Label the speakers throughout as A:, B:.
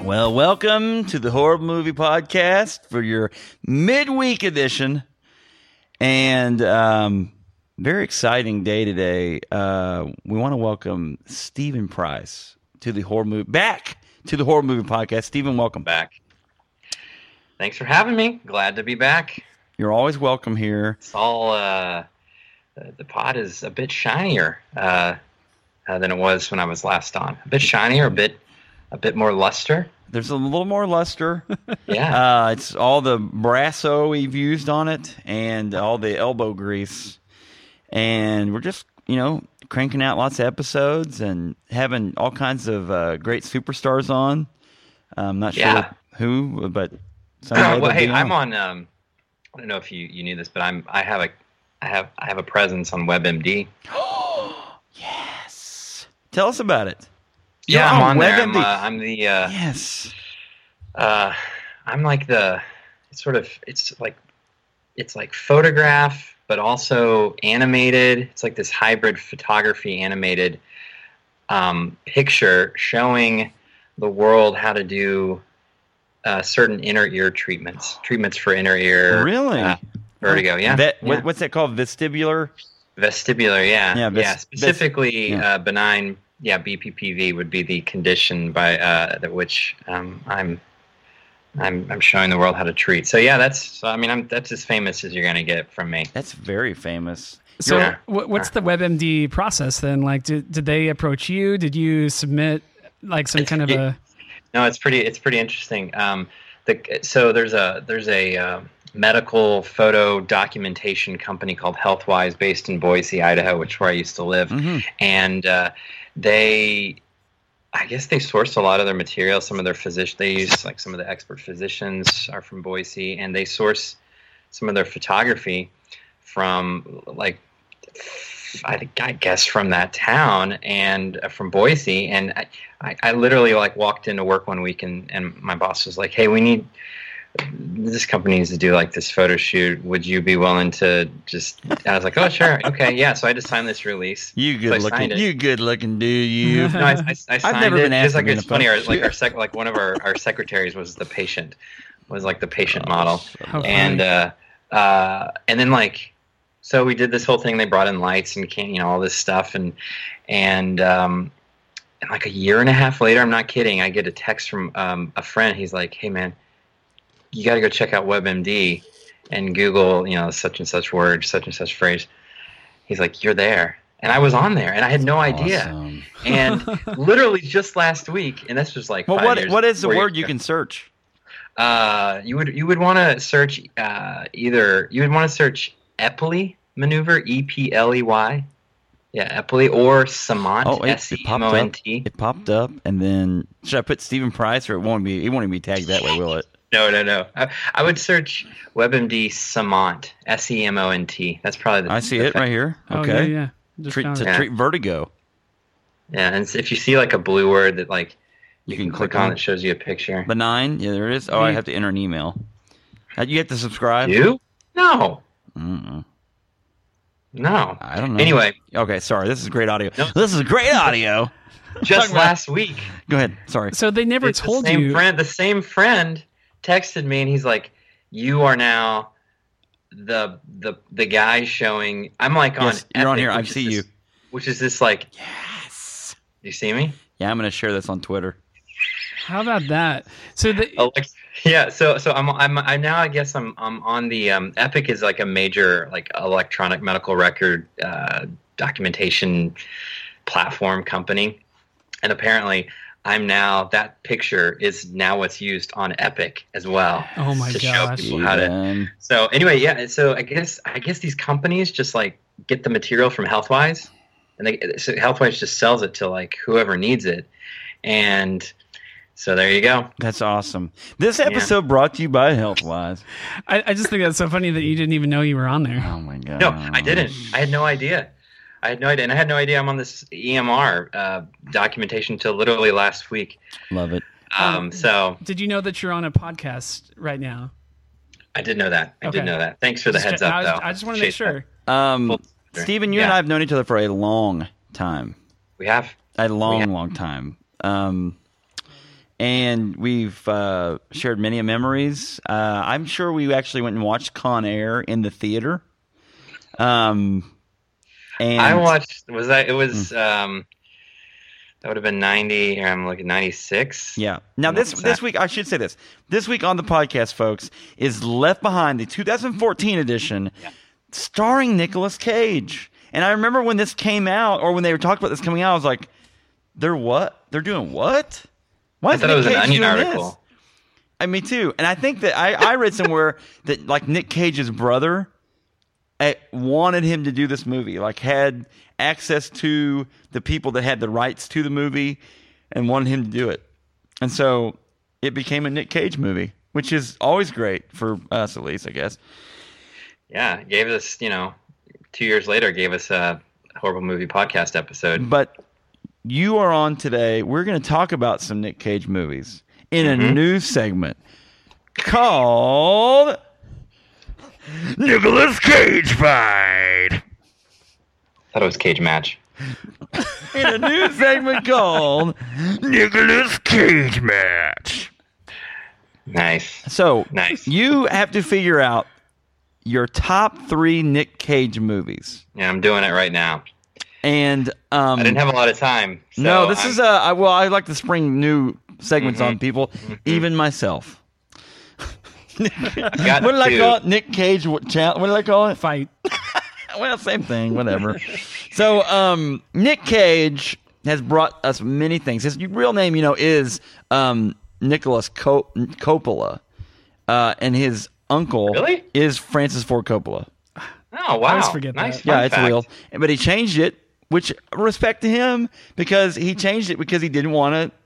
A: Well, welcome to the Horror Movie Podcast for your midweek edition. And um, very exciting day today. Uh, we want to welcome Stephen Price to the Horror Movie, back to the Horror Movie Podcast. Stephen, welcome
B: back. Thanks for having me. Glad to be back.
A: You're always welcome here.
B: It's all, uh, the, the pod is a bit shinier uh, uh, than it was when I was last on. A bit shinier, a bit, a bit more luster.
A: There's a little more luster.
B: Yeah.
A: Uh, it's all the brasso we've used on it and all the elbow grease. And we're just, you know, cranking out lots of episodes and having all kinds of uh, great superstars on. I'm not
B: Yeah.
A: sure who, but someday
B: well,
A: they'll
B: hey,
A: be
B: I'm on. Um, I don't know if you, you knew this, but I'm I have a I have I have a presence on WebMD.
A: Yes. Tell us about it.
B: Yeah,
A: You're
B: I'm
A: on
B: on there. I'm,
A: WebMD.
B: uh, I'm the uh,
A: Yes.
B: uh, I'm like the it's sort of it's like it's like photograph, but also animated. It's like this hybrid photography animated um, picture showing the world how to do uh, certain inner ear treatments, treatments for inner ear
A: Really?
B: uh, vertigo. Yeah,
A: That,
B: yeah.
A: What, what's that called? Vestibular?
B: Vestibular, yeah,
A: Yeah,
B: yeah.
A: ves-
B: specifically,
A: ves- yeah.
B: Uh, benign, yeah. BPPV would be the condition by uh, that which um, I'm, I'm, I'm showing the world how to treat. So yeah, that's. So I mean, I'm that's as famous as you're gonna get from me.
A: That's very famous.
C: So,
B: Yeah.
C: wh- what's the WebMD process then? Like, did, did they approach you? Did you submit like some kind of a?
B: No, it's pretty. It's pretty interesting. Um, the, so there's a there's a uh, medical photo documentation company called HealthWise, based in Boise, Idaho, which is where I used to live.
A: Mhm.
B: and uh, they i guess they source a lot of their material some of their physicians they use like some of the expert physicians are from boise and they source some of their photography from like I, think- I guess from that town and uh, from Boise, and I, I, I literally like walked into work one week, and, and my boss was like, "Hey, we need this company needs to do like this photo shoot. Would you be willing to just?" I was like, "Oh, sure, okay, yeah." So I just signed this release,
A: You
B: So I
A: good
B: signed
A: looking.
B: it.
A: You good looking, do you?
B: no, I, I, I signed
A: never
B: it.
A: been asked
B: it's
A: to
B: like
A: be in
B: it's
A: a
B: funny. Our,
A: photo
B: like our sec, like one of our, our secretaries was the patient, was like the patient model,
A: Oh,
C: How
B: and
C: funny.
B: uh, uh, and then like, so we did this whole thing. They brought in lights and can you know all this stuff, and and um, and like a year and a half later, I'm not kidding. I get a text from um, a friend. He's like, "Hey man, you got to go check out WebMD and Google, you know, such and such word, such and such phrase." He's like, "You're there." And I was on there, and I had no idea
A: Awesome.
B: and literally just last week, and this was like.
A: Well,
B: five
A: what
B: years-
A: what is the
B: four years
A: word you
B: ago.
A: can search?
B: Uh, you would you would want to search uh, either you would want to search Epley maneuver E P L E Y, yeah Epley or Samont
A: Oh, it- it
B: S E M O N T.
A: It popped up, and then should I put Stephen Price, or it won't be? It won't even be tagged that way, will it?
B: No, no, no. I, I would search WebMD Samont S E M O N T. That's probably the.
A: I see
B: the
A: it right here.
C: oh
A: Okay,
C: yeah, yeah. Just
A: Treat,
C: found
A: to
C: it.
B: it.
A: treat vertigo.
B: Yeah, and if you see like a blue word that like
A: You
B: you,
A: can
B: can, click
A: click on
B: on,
A: it.
B: it shows you a picture.
A: Benign. Yeah, there it is. Oh, I have to enter an email. Uh, You have to subscribe.
B: you? No,
A: Mm-mm.
B: no.
A: I don't know.
B: Anyway,
A: Okay, sorry. This is great audio.
B: No.
A: This is great audio.
B: just
A: Talking about-
B: last week.
A: Go ahead. Sorry.
C: So they never
B: It's
C: told
B: the same
C: you.
B: friend the same friend texted me and he's like you are now the the the guy showing i'm like on
A: Yes, you're on
B: Epic,
A: here. I
B: which is
A: see you.
B: this- which is this like
A: Yes.
B: you see me
A: Yeah, I'm gonna share this on Twitter.
C: How about that? So they,
B: Alex- yeah so so i'm i'm i now i guess i'm i'm on the um epic is like a major like electronic medical record uh documentation platform company and apparently i'm now that picture is now what's used on epic as well
C: oh my
B: to show
C: gosh.
B: people how to
A: Even-
B: So anyway, yeah. So I guess I guess these companies just like get the material from HealthWise, and they so HealthWise just sells it to like whoever needs it, and so there you go.
A: That's awesome. This episode brought to you by HealthWise.
C: I, I just think that's so funny that you didn't even know you were on there.
A: Oh my god.
B: No,
C: Uh.
B: I didn't. I had no idea. I had no idea, and I had no idea I'm on this EMR uh, documentation till literally last week.
A: Love it.
B: Um, so
C: Did you know that you're on a podcast right now?
B: I did know that. I
C: Okay.
B: did know that. Thanks for the
C: Just-
B: heads
C: I
B: up,
C: was-
B: though.
C: I just want to make
B: Appreciate that.
C: sure.
A: Um,
B: Cool.
A: Stephen, you and
B: Yeah.
A: I have known each other for a long time,
B: we have.
A: a long,
B: Yeah.
A: long time. Um, and we've uh, shared many memories. Uh, I'm sure we actually went and watched Con Air in the theater. Um, and
B: I watched. Was that? It was.
C: Hmm.
B: Um, that would have been ninety. Here I'm looking ninety six.
A: Yeah. Now
B: And
A: this
B: that's
A: this
B: that.
A: week I should say this. This week on the podcast, folks, is Left Behind, the 2014 edition, starring Nicolas Cage. And I remember when this came out, or when they were talking about this coming out, I was like, "They're what? They're doing what? Why
B: I
A: is
B: thought it
A: Nick
B: was an
A: Cage
B: Onion
A: doing this?"
B: article.
A: I me too. And I think that I, I read somewhere that like Nick Cage's brother eh, wanted him to do this movie, like had access to the people that had the rights to the movie and wanted him to do it. And so it became a Nick Cage movie, which is always great for us at least, I guess.
B: Yeah, it gave us you know two years later gave us a horrible movie podcast episode.
A: But you are on today. We're going to talk about some Nick Cage movies in
B: Mm-hmm.
A: a new segment called Nicholas Cage Fight.
B: thought it was Cage Match.
A: In a new segment called Nicholas Cage Match.
B: Nice.
A: So
B: Nice.
A: you have to figure out your top three Nick Cage movies.
B: Yeah, I'm doing it right now.
A: And um,
B: I didn't have a lot of time. So
A: no, this
B: I'm-
A: is a I, well. I like to spring new segments
B: Mm-hmm.
A: on people, even myself.
B: got
A: What did I
B: two.
A: call it? Nick Cage. What, cha- what did I call it?
C: Fight.
A: Well, same thing. Whatever. so, um, Nick Cage has brought us many things. His real name, you know, is um, Nicholas Co- Coppola, uh, and his uncle
B: Really?
A: is Francis Ford Coppola.
B: Oh wow!
C: always forget
B: nice
C: that.
A: Yeah,
B: fun
A: it's
B: fact.
A: real. But he changed it, which respect to him because he changed it because he didn't want to,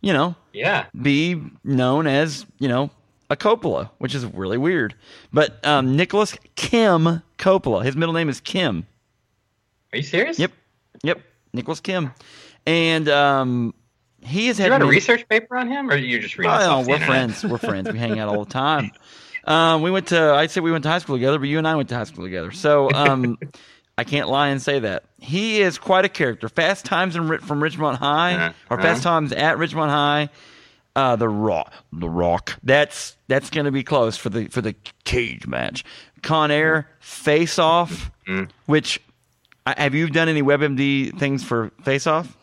A: you know,
B: Yeah,
A: be known as you know a Coppola, which is really weird. But um, Nicholas Kim Coppola, his middle name is Kim.
B: are you serious?
A: Yep, yep, Nicholas Kim, and um, he has had
B: You read a
A: many-
B: research paper on him, or you're just reading? this
A: Oh,
B: off
A: no,
B: the
A: we're
B: internet?
A: friends. We're friends. We hang out all the time. Um, we went to I'd say we went to high school together, but you and I went to high school together. So um, I can't lie and say that he is quite a character. Fast Times in, Ri- from Richmond High,
B: Uh-huh.
A: or Fast Times at Richmond High. Uh, the Rock, the Rock. That's that's going to be close for the for the cage match. Con Air Face Off,
B: Mm-hmm.
A: which I, have you done any WebMD things for Face Off?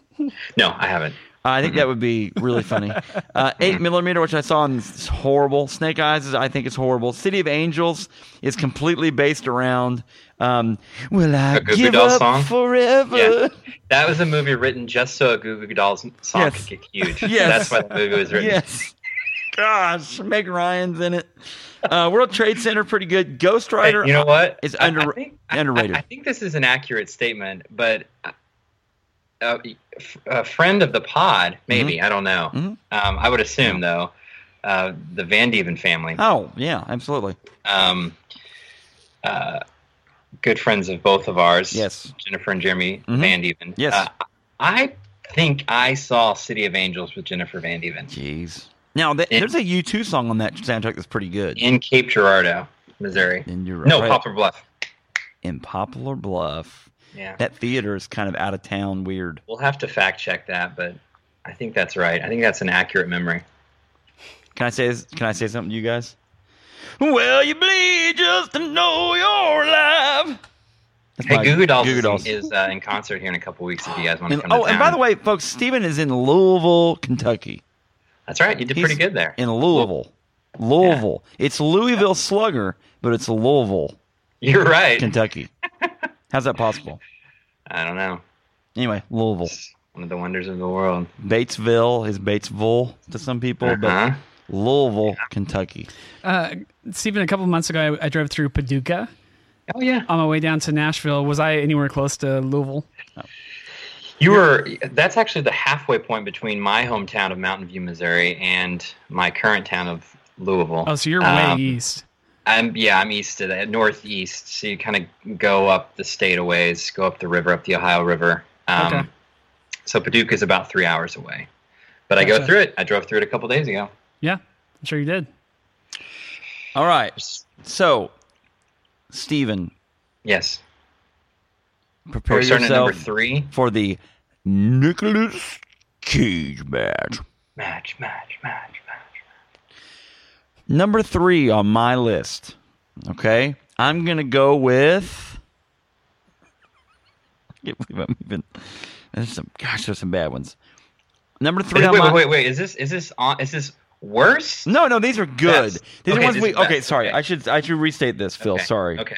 B: No, I haven't.
A: I think that would be really funny. Uh, eight millimeter, which I saw, in is horrible. Snake Eyes, is, I think, is horrible. City of Angels is completely based around. Um, Will I
B: A Goo Goo
A: give
B: Dolls
A: up
B: song?
A: forever?
B: Yeah, that was a movie written just so a Goo Goo Dolls song
A: Yes.
B: could get huge.
A: Yes.
B: that's why the movie was written.
A: Yes. Gosh, Meg Ryan's in it. Uh, World Trade Center, pretty good. Ghost
B: Hey,
A: Rider,
B: you know what?
A: is
B: I- I
A: under-
B: think- I-
A: underrated.
B: I, I think this is an accurate statement, but uh, a, a friend of the
A: Mm-hmm.
B: pod, maybe I don't know.
A: Mhm.
B: Um, I would assume though, uh, the Van Dieven family.
A: Oh yeah, absolutely.
B: um, uh, good friends of both of ours.
A: Yes.
B: Jennifer and Jeremy
A: Mhm.
B: Van Deven.
A: Yes.
B: Uh, I think I saw City of Angels with Jennifer Van Deven
A: Jeez. Now th-
B: In-
A: there's a U2 song on that soundtrack that's pretty good.
B: in Cape Girardeau, Missouri.
A: And you're
B: No,
A: right.
B: Poplar Bluff.
A: in Poplar Bluff.
B: Yeah.
A: That theater is kind of out of town weird.
B: We'll have to fact check that, but I think that's right. I think that's an accurate memory.
A: Can I say can I say something to you guys? Well, you bleed just to know you're alive. That's
B: Hey,
A: my
B: Goo Goo Dolls,
A: Goo Goo Dolls.
B: is uh, in concert here in a couple weeks if you guys want to
A: And-
B: come
A: oh,
B: to
A: and by the way, folks, Steven is in Louisville, Kentucky.
B: That's right. You did
A: he's
B: pretty good there.
A: In Louisville. Louisville. It's Louisville Slugger, but it's Louisville,
B: You're right.
A: Kentucky. How's that possible?
B: I don't know.
A: Anyway, Louisville.
B: It's one of the wonders of the world.
A: Batesville is Batesville to some people,
B: Uh-huh.
A: but Louisville, Kentucky.
C: Uh, Stephen, a couple months ago, I, I drove through Paducah
B: Oh, yeah.
C: on my way down to Nashville. Was I anywhere close to Louisville?
B: You were. That's actually the halfway point between my hometown of Mountain View, Missouri, and my current town of Louisville.
C: Oh, so you're way
B: Um,
C: east.
B: I'm yeah, I'm east of that, northeast. So you kind of go up the state a ways, go up the river, up the Ohio River. Um,
C: Okay.
B: So Paducah is about three hours away, but I go
C: Gotcha.
B: through it. I drove through it a couple days ago.
C: Yeah, I'm sure you did.
A: All right. So, Steven,
B: Yes,
A: prepare
B: we're starting at number
A: yourself
B: three.
A: for the Nicholas Cage match.
B: match, match, match, match.
A: Number three on my list. Okay. I'm going to go with. I can't believe I'm even. There's some, gosh, there's some bad ones. Number three
B: Wait,
A: on
B: wait,
A: my.
B: wait, wait, wait. Is this is this on? Is this worse?
A: No, no, these are good.
B: Best.
A: These
B: Okay,
A: are ones
B: this
A: we.
B: is best.
A: Okay, sorry.
B: Okay.
A: I should I should restate this, Phil.
B: Okay,
A: Sorry.
B: okay,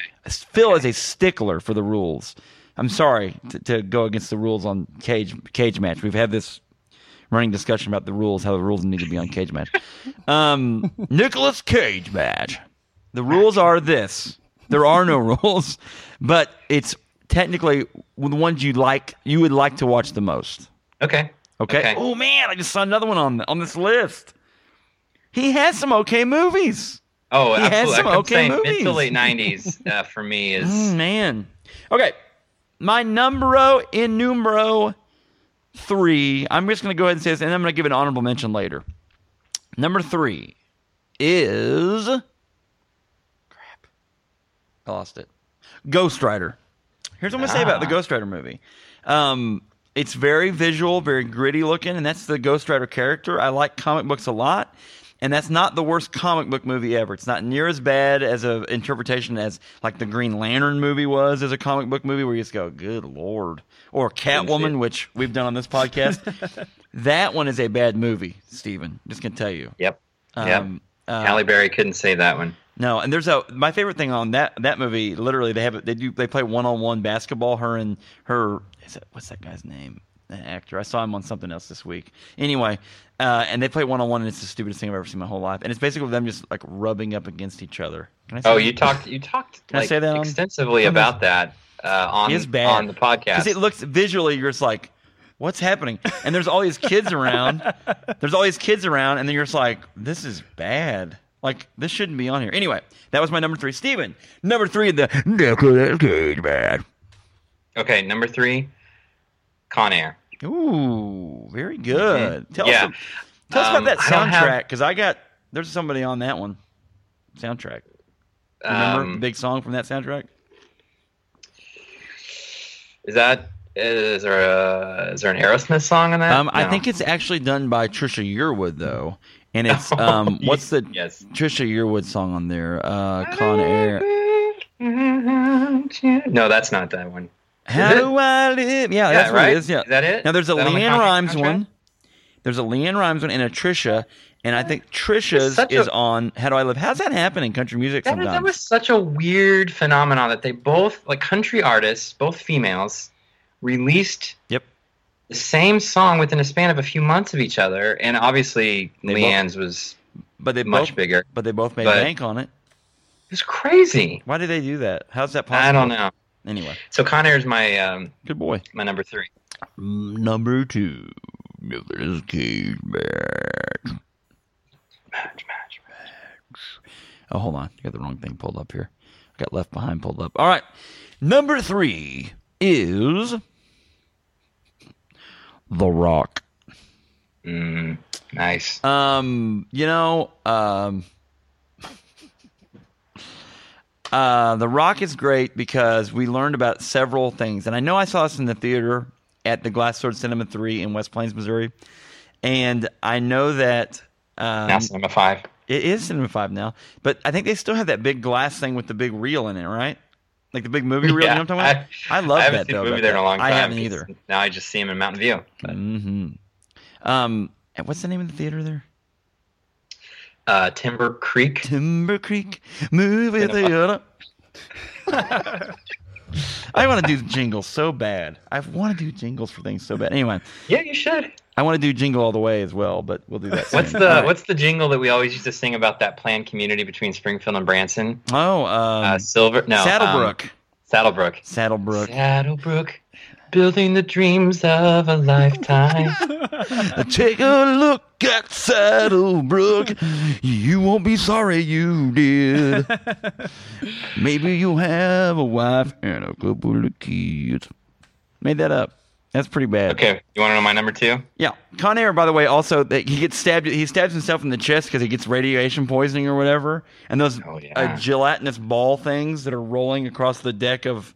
A: Phil is a stickler for the rules. I'm sorry to, to go against the rules on cage cage match. We've had this running discussion about the rules, how the rules need to be on cage match. Um, Nicholas Cage match. The rules are this. There are no rules, but it's technically the ones you like you would like to watch the most. Okay.
B: Okay. Okay.
A: Oh man, I just saw another one on on this list. He has some okay movies.
B: Oh,
A: He has
B: absolutely.
A: some
B: I kept
A: okay
B: saying
A: movies.
B: mid to late nineties uh, for me is
A: Mm, man. Okay. My numero in numero three. I'm just gonna go ahead and say this, and I'm gonna give an honorable mention later. Number three is crap. I lost it. Ghost Rider. Here's what I'm gonna say about the
B: Ah.
A: Ghost Rider movie. Um, it's very visual, very gritty looking, and that's the Ghost Rider character. I like comic books a lot, and that's not the worst comic book movie ever. It's not near as bad as a interpretation as like the Green Lantern movie was as a comic book movie, where you just go, "Good lord," or Catwoman, which we've done on this podcast. that one is a bad movie, Steven. Just gonna tell you.
B: Yep. Yep.
A: uh,
B: Halle Berry couldn't say that one.
A: no, and there's a my favorite thing on that that movie. Literally, they have it. They do they play one on one basketball. Her and her is it, what's that guy's name? That actor. I saw him on something else this week. Anyway, uh, and they play one on one, and it's the stupidest thing I've ever seen in my whole life. And it's basically them just like rubbing up against each other. Can I? Say
B: Oh, you talked you talked
A: Can I
B: like,
A: say that on-
B: extensively
A: on
B: about that uh, on
A: It is bad.
B: on the
A: Because
B: podcast.
A: it looks visually, you're just like, what's happening? And there's all these kids around. There's all these kids around, and then you're just like, this is bad. Like this shouldn't be on here. Anyway, that was my number three. Steven, number three, the Nicolas Cage man.
B: okay, number three, Con Air.
A: Ooh, very good. Tell
B: Mm-hmm. Yeah.
A: us, tell us
B: Um,
A: about that
B: I don't have-
A: soundtrack because I got there's somebody on that one soundtrack. Remember
B: Um,
A: the big song from that soundtrack?
B: is that is there a is there an Aerosmith song on that?
A: Um, I
B: uh, No.
A: think it's actually done by Trisha Yearwood though, and it's um,
B: Oh,
A: what's the
B: yes.
A: Trisha Yearwood song on there? Uh, Con Air.
B: No, that's not that one.
A: How do I live? Yeah, that's
B: yeah,
A: what
B: right.
A: it is. Yeah.
B: Is that it?
A: Now there's a
B: Is that on the
A: Leanne
B: contract-
A: Rhymes
B: contract?
A: one. There's a Leanne Rhymes one and a Trisha, and I think Trisha's
B: such a-
A: is on How Do I Live? How's that happen in country music
B: That,
A: sometimes?
B: is- that was such a weird phenomenon that they both, like country artists, both females, released
A: Yep.
B: the same song within a span of a few months of each other. And obviously,
A: They both-
B: Leanne's was
A: but they
B: much
A: both,
B: bigger.
A: but they both made
B: but-
A: bank on it.
B: It's crazy.
A: Why did they do that? How's that possible?
B: I don't know.
A: Anyway,
B: So Con Air's my um,
A: good boy.
B: my number three.
A: Mm, Number two, Nicholas Cage back.
B: Match, match, match.
A: Oh, hold on, you got the wrong thing pulled up here. I got left behind pulled up. All right, number three is The Rock.
B: Mm, nice.
A: Um, you know, um, uh, The Rock is great because we learned about several things, and I know I saw this in the theater at the Glass Sword Cinema Three in West Plains, Missouri, and I know that. Um,
B: now it's number five.
A: it is Cinema Five now, but I think they still have that big glass thing with the big reel in it, right? Like the big movie reel. you know what I'm talking about? I, love
B: I haven't
A: that
B: seen
A: though.
B: a movie
A: about
B: there in a
A: that.
B: long time.
A: I haven't
B: 'cause
A: either.
B: Now I just see him in Mountain View. But,
A: hmm Um, and what's the name of the theater there?
B: uh, Timber Creek.
A: Timber Creek Movie Theater. I want to do jingles so bad. I want to do jingles for things so bad. Anyway,
B: Yeah, you should.
A: I want to do jingle all the way as well, but we'll do that. Soon.
B: What's the
A: All right.
B: What's the jingle that we always used to sing about that planned community between Springfield and Branson?
A: oh um,
B: Uh, Silver, no, um,
A: Saddlebrook?
B: Saddlebrook,
A: Saddlebrook.
B: Saddlebrook, building the dreams of a lifetime.
A: Take a look at Saddlebrook. You won't be sorry you did. Maybe you'll have a wife and a couple of kids. Made that up. That's pretty bad.
B: okay, you want to know my number two?
A: Yeah. Con Air, by the way, also that he gets stabbed. He stabs himself in the chest because he gets radiation poisoning or whatever. And those
B: Oh, yeah.
A: uh, gelatinous ball things that are rolling across the deck of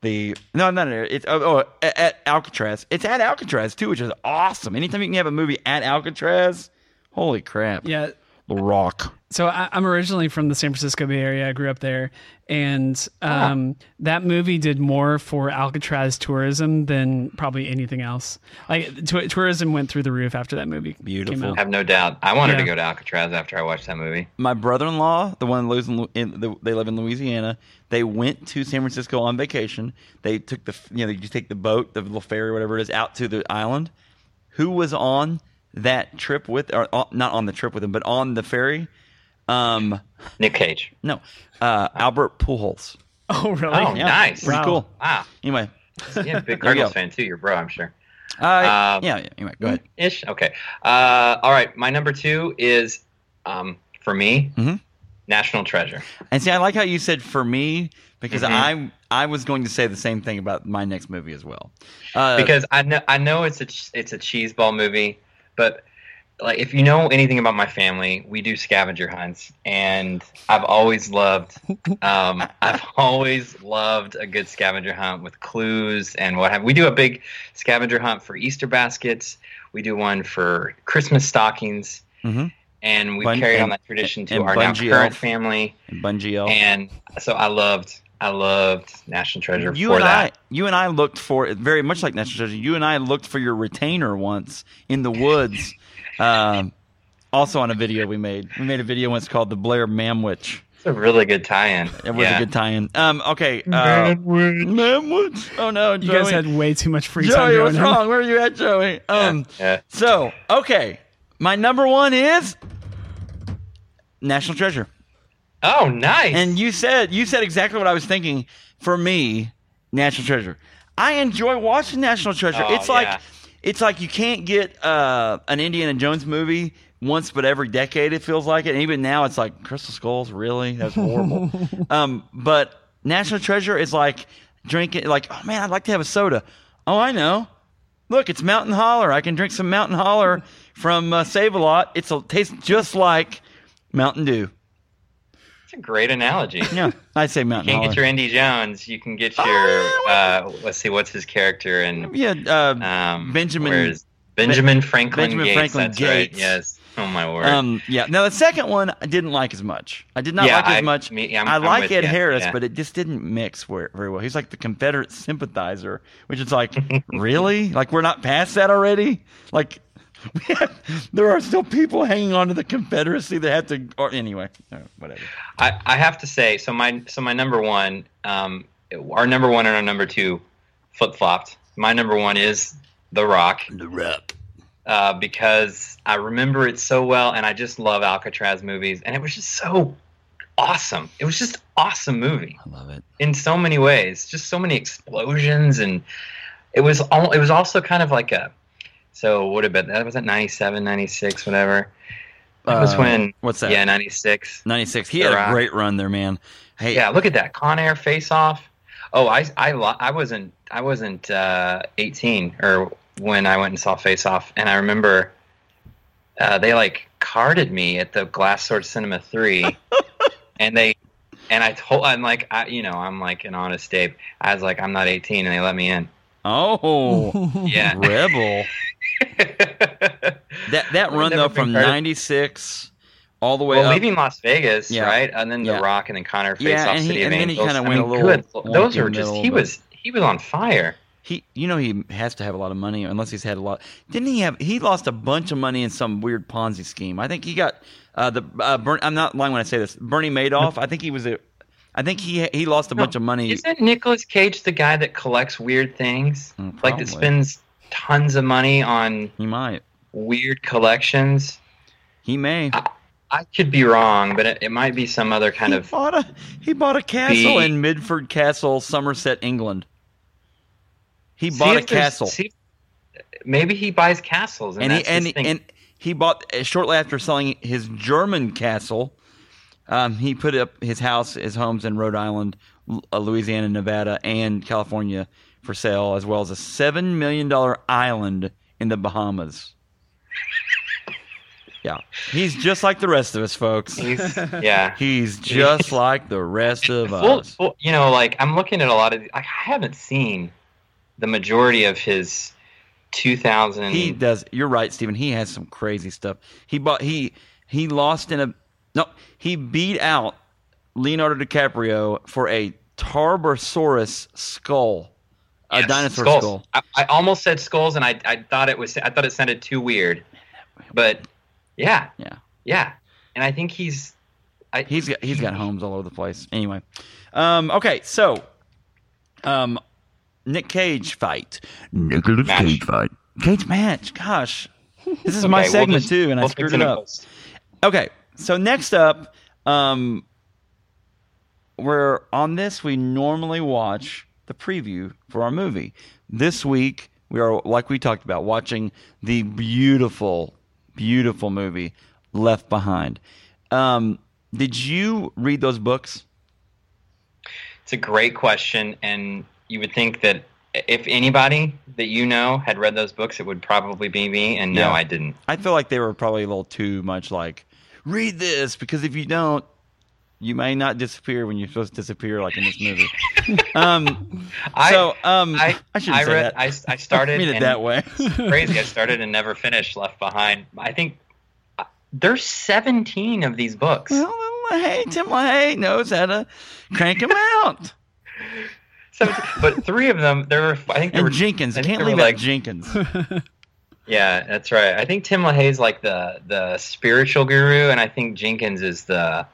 A: the no, not there. It's oh, oh at, at Alcatraz. It's at Alcatraz too, which is awesome. Anytime you can have a movie at Alcatraz, holy crap!
C: Yeah.
A: The Rock.
C: So I, I'm originally from the San Francisco Bay Area. I grew up there, and um, that movie did more for Alcatraz tourism than probably anything else. Like t- tourism went through the roof after that movie. came
A: Beautiful.
C: out.
B: have no doubt. I wanted to
C: Yeah.
B: go to Alcatraz after I watched that movie.
A: My brother-in-law, the one that lives in, Lu- in the, they live in Louisiana. They went to San Francisco on vacation. They took the you know they just take the boat, the little ferry, whatever it is, out to the island. Who was on that trip with, or on- not on the trip with him, but on the ferry? Um,
B: Nick Cage.
A: no, uh, Albert Pujols.
C: Oh really?
B: Oh,
A: Yeah,
B: nice.
A: pretty
C: Wow.
A: cool.
B: Wow.
A: Anyway,
B: Yeah, big
A: There you
B: Cardinals
A: go.
B: fan too. Your bro, I'm sure.
A: uh,
B: Um,
A: yeah, yeah. Anyway, go ahead.
B: Ish. Okay. Uh, all right. My number two is um, for me.
A: Mhm.
B: National Treasure.
A: And see, I like how you said for me because
B: Mhm.
A: I I was going to say the same thing about my next movie as well. Uh,
B: because I know I know it's a ch- it's a cheese ball movie, but like if you know anything about my family, we do scavenger hunts, and I've always loved um, I've always loved a good scavenger hunt with clues and what have we do a big scavenger hunt for Easter baskets. We do one for Christmas stockings,
A: Mhm.
B: and we
A: Bun-
B: carried on
A: and-
B: that tradition to
A: and
B: our now
A: Bungie
B: current
A: Elf. Oh.
B: family,
A: Bungie L.
B: and so I loved I loved National Treasure
A: you
B: for
A: and
B: that.
A: I, you and I looked for it very much like National Treasure. You and I looked for your retainer once in the woods. um, also on a video we made. We made a video once called the Blair Mamwich.
B: It's a really good tie-in.
A: It was
B: Yeah.
A: a good tie-in. Um, okay, uh, Mamwich. Oh no,
C: You guys
A: Joey.
C: had way too much free time.
A: Joey,
C: going
A: what's
C: on.
A: wrong? Where are you at, Joey? Um,
B: yeah.
A: So, okay. My number one is National Treasure.
B: Oh, nice.
A: And you said you said exactly what I was thinking for me, National Treasure. I enjoy watching National Treasure.
B: Oh,
A: it's like
B: yeah.
A: it's like you can't get uh, an Indiana Jones movie once but every decade it feels like it. And even now it's like Crystal Skulls, really? That's horrible. um, but National Treasure is like drinking like, oh man, I'd like to have a soda. Oh, I know. Look, it's Mountain Holler. I can drink some Mountain Holler from uh, Save a Lot. It's a tastes just like Mountain Dew.
B: That's a great analogy. You
A: Yeah, I say Mountain
B: can
A: Holler.
B: get your Indy Jones. You can get
A: Oh,
B: your.
A: yeah,
B: uh, let's see, what's his character and
A: Yeah, uh,
B: um,
A: Benjamin-
B: where is- Benjamin Franklin
A: Benjamin
B: Gates.
A: Franklin
B: that's
A: Gates.
B: right. Yes. Oh my word.
A: um, yeah. Now the second one I didn't like as much. I did not
B: Yeah,
A: like as
B: I-
A: much.
B: me- I'm-
A: I
B: I'm
A: like
B: with
A: Ed
B: ya,
A: Harris,
B: yeah.
A: but it just didn't mix where, very well. He's like the Confederate sympathizer, which is like, really? Like we're not past that already? Like we have, there are still people hanging on to the Confederacy that have to. Or anyway, uh, whatever.
B: I, I have to say, so my so my number one, um, our number one and our number two, flip flopped. My number one is The Rock.
A: The rep.
B: uh, because I remember it so well, and I just love Alcatraz movies, and it was just so awesome. It was just awesome movie
A: I love it.
B: in so many ways, just so many explosions, and it was all, it was also kind of like a so what about that was at 97, 96, whatever. That was
A: Uh,
B: when
A: What's that?
B: yeah, ninety six.
A: ninety six. He
B: The
A: had a
B: Rock.
A: great run there, man. Hey,
B: Yeah, look at that Con Air Face Off. Oh, I I lo- I wasn't I wasn't uh, 18 or when I went and saw Face Off, and I remember uh, they like carded me at the Glass Sword Cinema three, and they and I told I'm like I you know I'm like an honest Dave. I was like I'm not 18, and they let me in.
A: oh,
B: Yeah.
A: rebel. That that
B: I've
A: run
B: never
A: though
B: been
A: from
B: carded.
A: '96 all the way
B: well,
A: up.
B: leaving Las Vegas,
A: Yeah.
B: right? And then
A: Yeah.
B: The Rock, and then Connor Face
A: Yeah,
B: Off
A: and he-
B: City of
A: and then he
B: Angels.
A: kinda
B: I
A: went a
B: mean,
A: little
B: good.
A: wonky
B: Those
A: in
B: were
A: the
B: just
A: middle,
B: he
A: but-
B: was he was on fire.
A: He, you know, he has to have a lot of money unless he's had a lot. Didn't he have? He lost a bunch of money in some weird Ponzi scheme. I think he got uh, the. Uh, Bern, I'm not lying when I say this. Bernie Madoff. I think he was a. I think he he lost a
B: No,
A: bunch of money.
B: Isn't Nicolas Cage the guy that collects weird things?
A: Mm,
B: like
A: probably.
B: that spends tons of money on
A: He might.
B: weird collections?
A: He may.
B: I could be wrong, but it, it might be some other kind
A: he
B: of.
A: bought a he bought a castle
B: The-
A: in Midford Castle, Somerset, England. He
B: See
A: bought a
B: if there's-
A: castle.
B: see- maybe he buys castles, and,
A: and he
B: that's
A: and
B: his
A: he,
B: thing.
A: and he bought uh, shortly after selling his German castle. Um, he put up his house, his homes in Rhode Island, L- uh, Louisiana, Nevada, and California for sale, as well as a seven million dollar island in the Bahamas. Yeah. He's just like the rest of us, folks.
B: He's, yeah.
A: He's just like the rest of
B: Well,
A: us.
B: well, you know, like I'm looking at a lot of. I haven't seen the majority of his 2000.
A: He does. You're right, Stephen. He has some crazy stuff. He bought. He he lost in a no. He beat out Leonardo DiCaprio for a Tarbosaurus skull, a
B: Yes,
A: dinosaur
B: skulls.
A: skull.
B: I, I almost said skulls, and I, I thought it was. I thought it sounded too weird, but yeah,
A: Yeah.
B: yeah. And I think he's. I,
A: He's got he's got homes all over the place. Anyway, um, okay, so, um, Nick Cage fight, Nicholas
B: Match.
A: Cage fight, Cage match. Gosh, this is my
B: Okay, we'll
A: segment
B: just-
A: too, and I
B: we'll fix
A: screwed it
B: in
A: up.
B: post.
A: Okay, so next up, um, we're on this. We normally watch the preview for our movie. This week, we are, like we talked about, watching the beautiful, beautiful movie Left Behind. Um, did you read those books?
B: It's a great question, and you would think that if anybody that you know had read those books, it would probably be me. And no,
A: Yeah.
B: I didn't.
A: I feel like they were probably a little too much like, read this, because if you don't, you may not disappear when you're supposed to disappear, like in this movie. um,
B: I
A: so um, I,
B: I-
A: shouldn't
B: I
A: say
B: read.
A: that.
B: I, I started.
A: mean it
B: and-
A: that way.
B: crazy. I started and never finished Left Behind. I think uh, there's 17 of these books.
A: well, hey, Tim LaHaye knows how to crank him out.
B: 17, but three of them, there were, I think there
A: And
B: were,
A: Jenkins, I
B: I think
A: can't
B: they were
A: leave
B: like-
A: out Jenkins.
B: yeah, that's right. I think Tim LaHaye's like the, the spiritual guru, and I think Jenkins is the,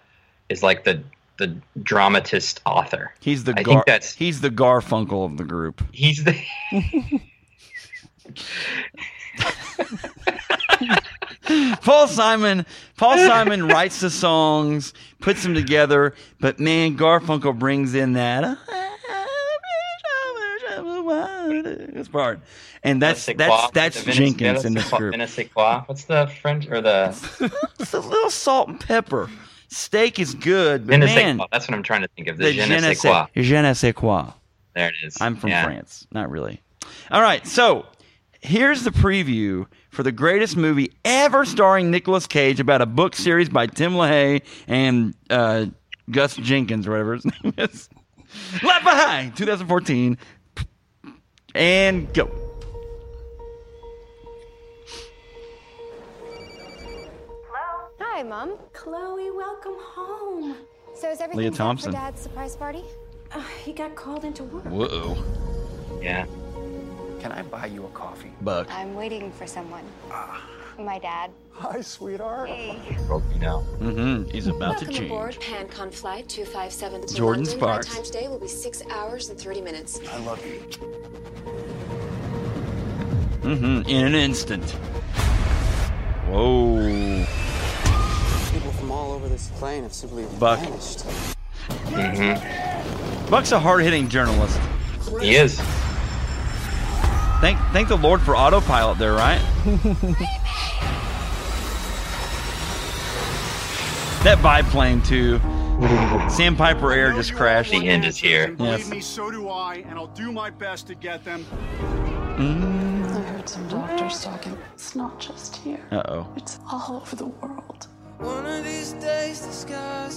B: is like the, the dramatist author.
A: He's the
B: I
A: Gar-
B: think that's-
A: he's the Garfunkel of the group.
B: He's the,
A: Paul Simon, Paul Simon writes the songs, puts them together, but man, Garfunkel brings in that. That's part, and that's
B: Sequa,
A: that's that's
B: the Venice-
A: Jenkins in
B: Venice-
A: this group.
B: Venice Sequa. What's the French or the
A: It's a little salt and pepper. Steak is good, but
B: Venice
A: man,
B: Sequa. That's what I'm trying to think of. The,
A: the
B: the
A: je ne sais, je ne sais quoi.
B: There it is.
A: I'm from
B: Yeah.
A: France. Not really. All right. So here's the preview for the greatest movie ever starring Nicolas Cage about a book series by Tim LaHaye and uh, Gus Jenkins, or whatever his name is. Left Behind, 2014. And go.
D: Hello?
E: Hi, Mom.
D: Chloe, welcome home.
E: So is everything
A: Leah
E: set
A: Thompson.
E: for Dad's surprise party?
D: Uh, he got called into work.
A: Whoa,
B: Yeah.
F: Can I buy you a coffee?
A: Buck.
E: I'm waiting for someone. My dad.
F: Hi, sweetheart.
B: Well, you know.
A: Mm-hmm. He's about to
G: Welcome aboard
A: change.
G: PanCon Flight 257 to
A: Jordan
G: London.
A: Sparks.
G: My time today will be six hours and 30 minutes.
F: I love you.
A: Mm-hmm. In an instant. Whoa.
H: People from all over this plane have simply
A: Buck.
H: vanished.
A: Buck's a hard hitting journalist.
B: He is.
A: Thank, thank the Lord for autopilot there, right? that biplane too. Sam Piper Air just crashed.
B: The end is here.
I: Believe
A: Yes.
I: me, so do I, and I'll do my best to get them.
J: I heard some doctors talking. It's not just here.
A: Uh oh.
J: It's all over the world.
A: This is a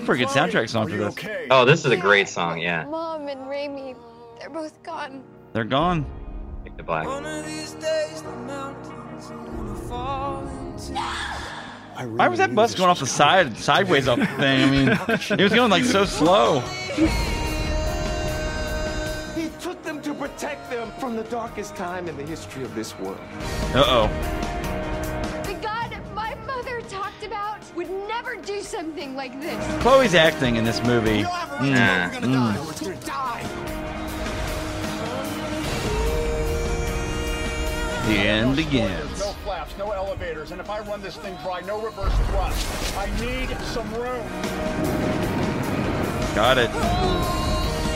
A: pretty good soundtrack song
I: Are
A: for
I: you
A: this.
I: okay?
B: Oh, this is a great song. Yeah.
E: Mom and Raimi, they're both gone.
A: They're gone.
B: Pick the black.
H: I really
A: Why was that
H: knew
A: bus
H: this
A: going off the
H: was
A: side, sideways off the thing? I mean, it was going like so slow.
F: He took them to protect them from the darkest time in the history of this world.
A: Uh oh.
E: The God my mother talked about would never do something like this.
A: Chloe's acting in this movie.
B: Yeah.
A: The end begins.
I: No flaps, no elevators, and if I run this thing dry, no reverse thrust. I need some room.
A: Got it.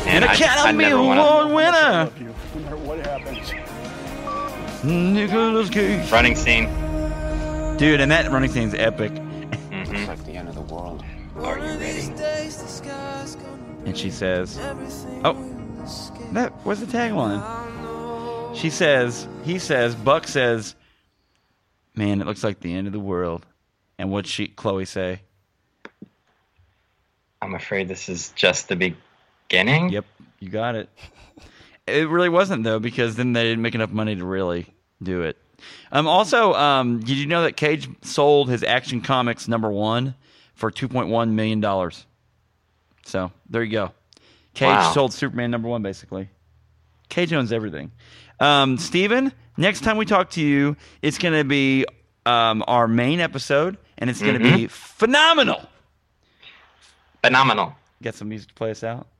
A: An
B: And I, I
A: Academy
B: never
A: Award
B: want
I: I
A: winner,
I: love you, no matter what happens.
A: Nicholas Cage.
B: to. Running scene.
A: Dude, and that running scene's epic.
H: It's like the end of the world.
B: Are you ready?
A: And she says, Oh, that was the tagline. She says, He says, Buck says, Man, it looks like the end of the world. And what'd she, Chloe, say?
B: I'm afraid this is just the beginning.
A: Yep, you got it. It really wasn't though, because then they didn't make enough money to really do it. Um, also, um, did you know that Cage sold his Action Comics number one for two point one million dollars? So there you go. Cage
B: Wow.
A: sold Superman number one, basically. Cage owns everything. Um, Steven, next time we talk to you, it's going to be um, our main episode, and it's going to be phenomenal.
B: Phenomenal.
A: Got some music to play us out.